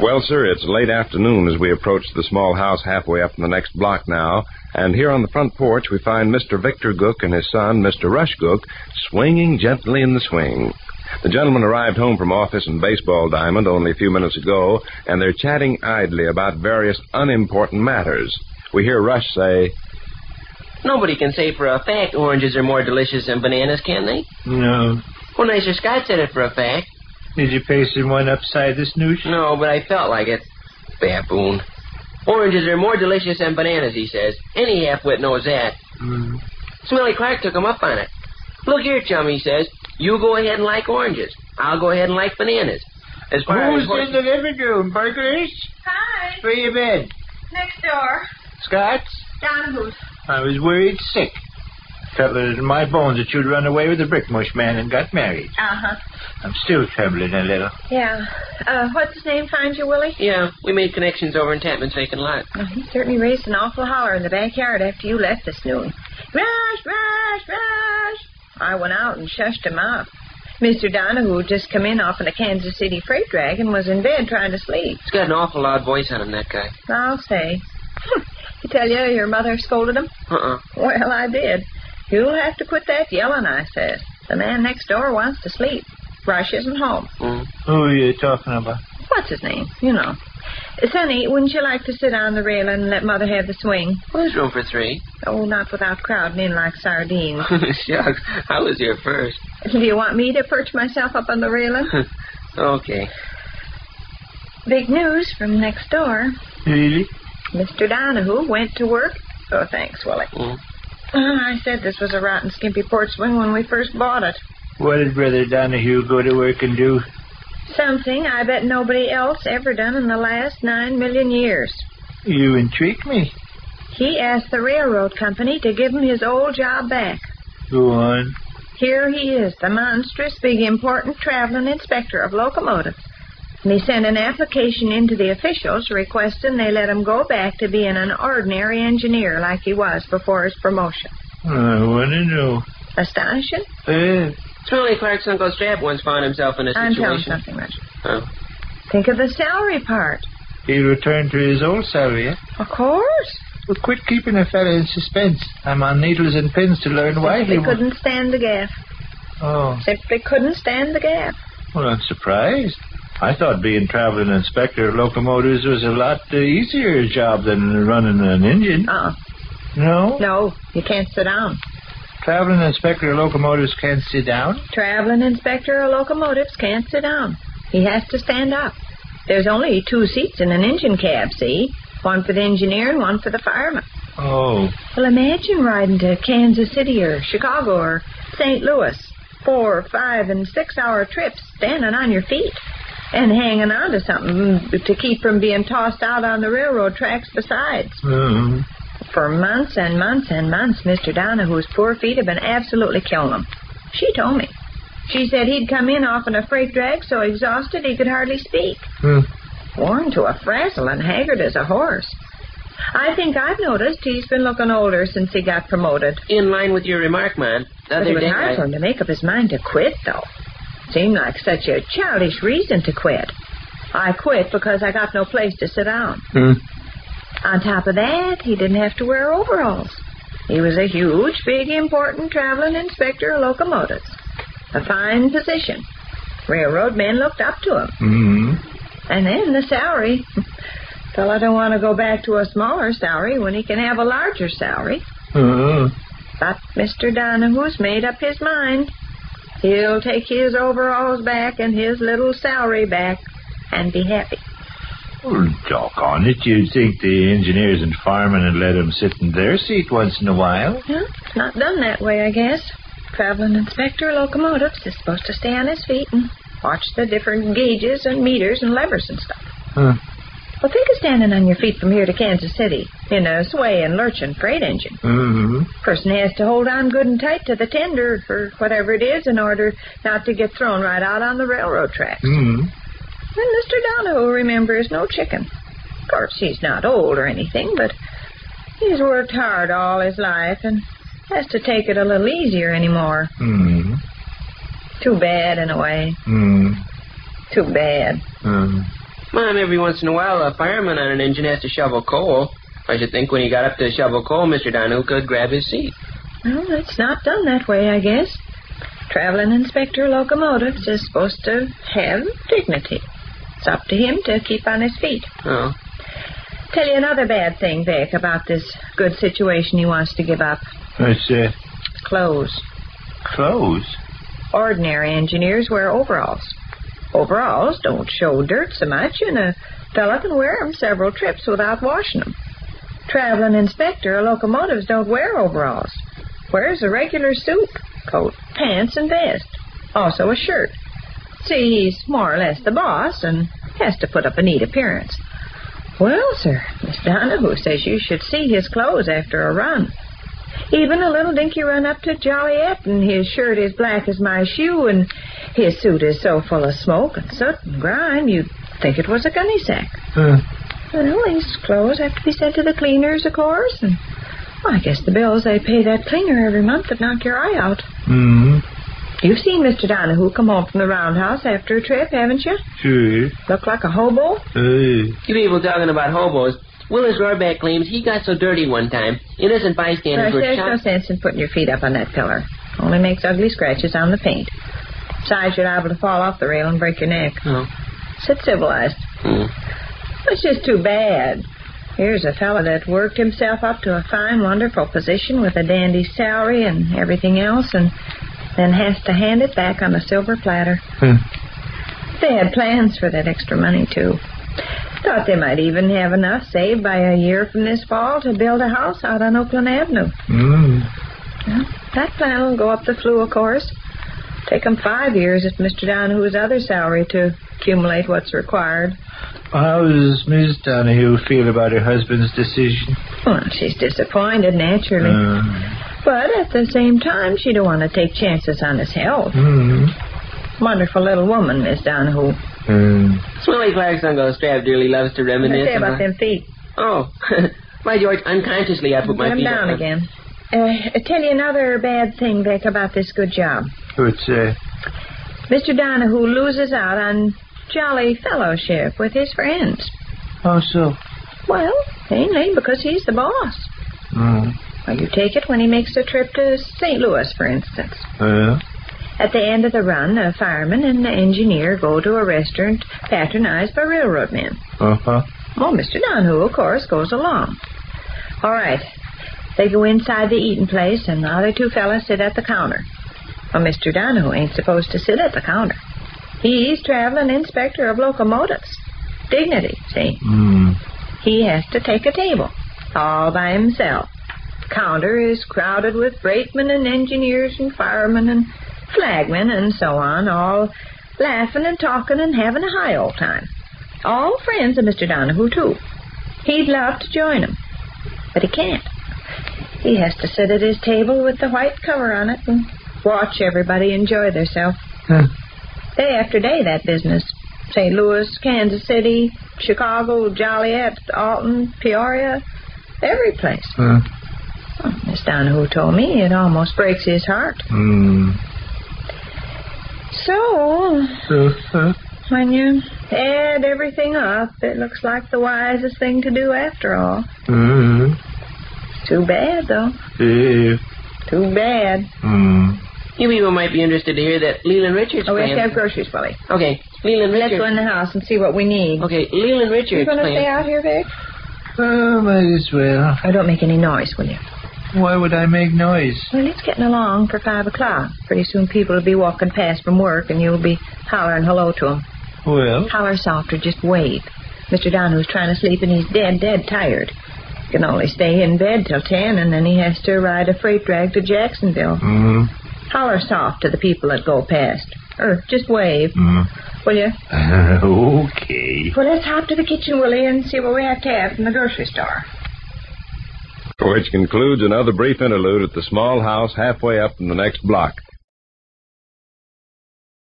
Well, sir, it's late afternoon as we approach the small house halfway up in the next block now, and here on the front porch we find Mr. Victor Gook and his son, Mr. Rush Gook, swinging gently in the swing. The gentlemen arrived home from office and baseball diamond only a few minutes ago, and they're chatting idly about various unimportant matters. We hear Rush say, Nobody can say for a fact oranges are more delicious than bananas, can they? No. Well, Nicer Scott said it for a fact. Did you paste in one upside this noosh? No, but I felt like it. Baboon. Oranges are more delicious than bananas, he says. Any halfwit knows that. Mm. Smelly Clark took him up on it. Look here, chum, he says. You go ahead and like oranges. I'll go ahead and like bananas. As far Who's as horses- in the living room, burglars? Hi. Where you been? Next door. Scott's? Donahue's. I was worried sick. Felt it in my bones that you'd run away with the brickmush man and got married. Uh-huh. I'm still trembling a little. Yeah. Uh, what's his name find you, Willie? Yeah, we made connections over in Tapman's vacant lot. Well, he certainly raised an awful holler in the backyard after you left this noon. Rush, rush, rush. I went out and shushed him up. Mr. Donahue had just come in off in a Kansas City freight drag and was in bed trying to sleep. He's got an awful loud voice on him, that guy. I'll say. "Hmm, you tell you your mother scolded him? Uh-uh. Well, I did. You'll have to quit that yelling, I said. The man next door wants to sleep. Rush isn't home. Mm. Who are you talking about? What's his name? You know. Sonny, wouldn't you like to sit on the railing and let Mother have the swing? Well, there's room for three. Oh, not without crowding in like sardines. Shucks, I was here first. Do you want me to perch myself up on the railing? Okay. Big news from next door. Really? Mr. Donahue went to work. Oh, thanks, Willie. Mm. Oh, I said this was a rotten, skimpy porch swing when we first bought it. What did Brother Donahue go to work and do? Something I bet nobody else ever done in the last nine million years. You intrigue me. He asked the railroad company to give him his old job back. Go on. Here he is, the monstrous, big, important traveling inspector of locomotives. And he sent an application in to the officials requesting they let him go back to being an ordinary engineer like he was before his promotion. I want to know. Astonishing? Eh, Smelly Clark's Uncle Strap once found himself in a I'm telling situation. something, Richard. Oh. Think of the salary part. he returned to his old salary, eh? Of course. Well, quit keeping a fella in suspense. I'm on needles and pins to learn why Simply he was. couldn't stand the gaff. Oh, Simply couldn't stand the gaff. well, I'm surprised. I thought being traveling inspector of locomotives was a lot uh, easier job than running an engine. Uh-uh. No? No, you can't sit down. Traveling inspector of locomotives can't sit down? Traveling inspector of locomotives can't sit down. He has to stand up. There's only two seats in an engine cab, see? One for the engineer and one for the fireman. Oh, Well, imagine riding to Kansas City or Chicago or St. Louis. Four, five, and six hour trips standing on your feet and hanging on to something to keep from being tossed out on the railroad tracks besides. mm. For months and months and months, Mr. Donahue's poor feet have been absolutely killing him. She told me. She said he'd come in off in a freight drag so exhausted he could hardly speak. Hmm. Worn to a frazzle and haggard as a horse. I think I've noticed he's been looking older since he got promoted. In line with your remark, man. The But other it was day hard I- for him to make up his mind to quit, though. Seemed like such a childish reason to quit. I quit because I got no place to sit down. Hmm. On top of that, he didn't have to wear overalls. He was a huge, big, important traveling inspector of locomotives. A fine position. Railroad men looked up to him. Hmm. And then the salary. Fella don't want to go back to a smaller salary when he can have a larger salary. Hmm. But Mr. Donahue's made up his mind. He'll take his overalls back and his little salary back and be happy. Well, doggone it, you'd think the engineers and firemen had let him sit in their seat once in a while. Well, it's not done that way, I guess. Traveling inspector of locomotives is supposed to stay on his feet and watch the different gauges and meters and levers and stuff. Huh. Well, think of standing on your feet from here to Kansas City in a sway and lurching freight engine. Hmm. Person has to hold on good and tight to the tender or whatever it is in order not to get thrown right out on the railroad tracks. Hmm. And Mr. Donohue, remember, is no chicken. Of course, he's not old or anything, but he's worked hard all his life and has to take it a little easier anymore. Hmm. Too bad, in a way. Hmm. Too bad. Hmm. Mom, every once in a while, a fireman on an engine has to shovel coal. I should think when he got up to shovel coal, Mr. Danuka would grab his seat. Well, it's not done that way, I guess. Traveling inspector locomotives is supposed to have dignity. It's up to him to keep on his feet. Oh. Tell you another bad thing, Vic, about this good situation he wants to give up. It's uh, Clothes. clothes. Ordinary engineers wear overalls. Overalls don't show dirt so much, and a fella can wear 'em several trips without washing 'em. Traveling inspector locomotives don't wear overalls. Wears a regular suit, coat, pants, and vest. Also a shirt. See, he's more or less the boss and has to put up a neat appearance. Well, sir, Miss Donahue says you should see his clothes after a run. Even a little dinky run up to Joliet, and his shirt is black as my shoe, and his suit is so full of smoke and soot and grime, you'd think it was a gunny sack. Huh. Well, his clothes have to be sent to the cleaners, of course, and well, I guess the bills they pay that cleaner every month would knock your eye out. Hmm. You've seen Mr. Donahue come home from the roundhouse after a trip, haven't you? Sure. Look like a hobo? Uh, You people talking about hobos. Willis Rohrbeck claims he got so dirty one time, innocent bystanders First, were there's no shot. sense in putting your feet up on that pillar. Only makes ugly scratches on the paint. Besides, you're liable to fall off the rail and break your neck. Oh. Sit civilized. Hmm. It's just too bad. Here's a fellow that worked himself up to a fine, wonderful position with a dandy salary and everything else, and then has to hand it back on a silver platter. Hmm. They had plans for that extra money, too. Thought they might even have enough saved by a year from this fall to build a house out on Oakland Avenue. hmm. Well, that plan will go up the flue, of course. Take 'em five years if Mr. Donahue's other salary to accumulate what's required. How does Miss Donahue feel about her husband's decision? Well, she's disappointed, naturally. Uh, But at the same time, she don't want to take chances on his health. hmm. Wonderful little woman, Miss Donahue. Uh, Smelly Clark's uncle Strav dearly loves to What reminisce. say about about- them feet? Oh. By George, unconsciously I put Put my 'em feet down up. again. Uh, I tell you another bad thing, Vic, about this good job. it's uh, Mr. Donahue loses out on jolly fellowship with his friends. how so? Well, mainly because he's the boss. Hmm. Well, you take it when he makes a trip to St. Louis, for instance. Uh, At the end of the run, a fireman and the engineer go to a restaurant patronized by railroad men. uh huh. Well, Mr. Oh, Donahue, of course, goes along. All right. They go inside the eating place, and the other two fellas sit at the counter. Well, Mr. Donahue ain't supposed to sit at the counter. He's traveling inspector of locomotives. Dignity, see? Hmm. He has to take a table all by himself. Counter is crowded with brakemen and engineers and firemen and flagmen and so on, all laughing and talking and having a high old time. All friends of Mr. Donahue, too. He'd love to join 'em, but he can't. He has to sit at his table with the white cover on it and watch everybody enjoy themselves. Huh. Day after day, that business. St. Louis, Kansas City, Chicago, Joliet, Alton, Peoria, every place. Huh. Oh, Miss Donahue told me it almost breaks his heart. Hmm. So, Uh huh. when you add everything up, it looks like the wisest thing to do after all. Hmm. Too bad, though. Uh, Too bad. hmm. You people might be interested to hear that Leland Richards Oh, we have to plans- have groceries, Willie. Okay, Leland Let's Richards. go in the house and see what we need. Okay, Leland You Richards. going to plans- stay out here, Vic? Oh, might as well. Oh, don't make any noise, will you? Why would I make noise? Well, it's getting along for five o'clock. Pretty soon people will be walking past from work, and you'll be hollering hello to 'em. Well, Holler softer, just wave. Mr. Donahoo's trying to sleep, and he's dead, dead tired. Can only stay in bed till ten, and then he has to ride a freight drag to Jacksonville. hmm. Holler soft to the people that go past, or just wave, Hmm. will you? okay. Well, let's hop to the kitchen, Willie, and see what we have to have from the grocery store. Which concludes another brief interlude at the small house halfway up in the next block.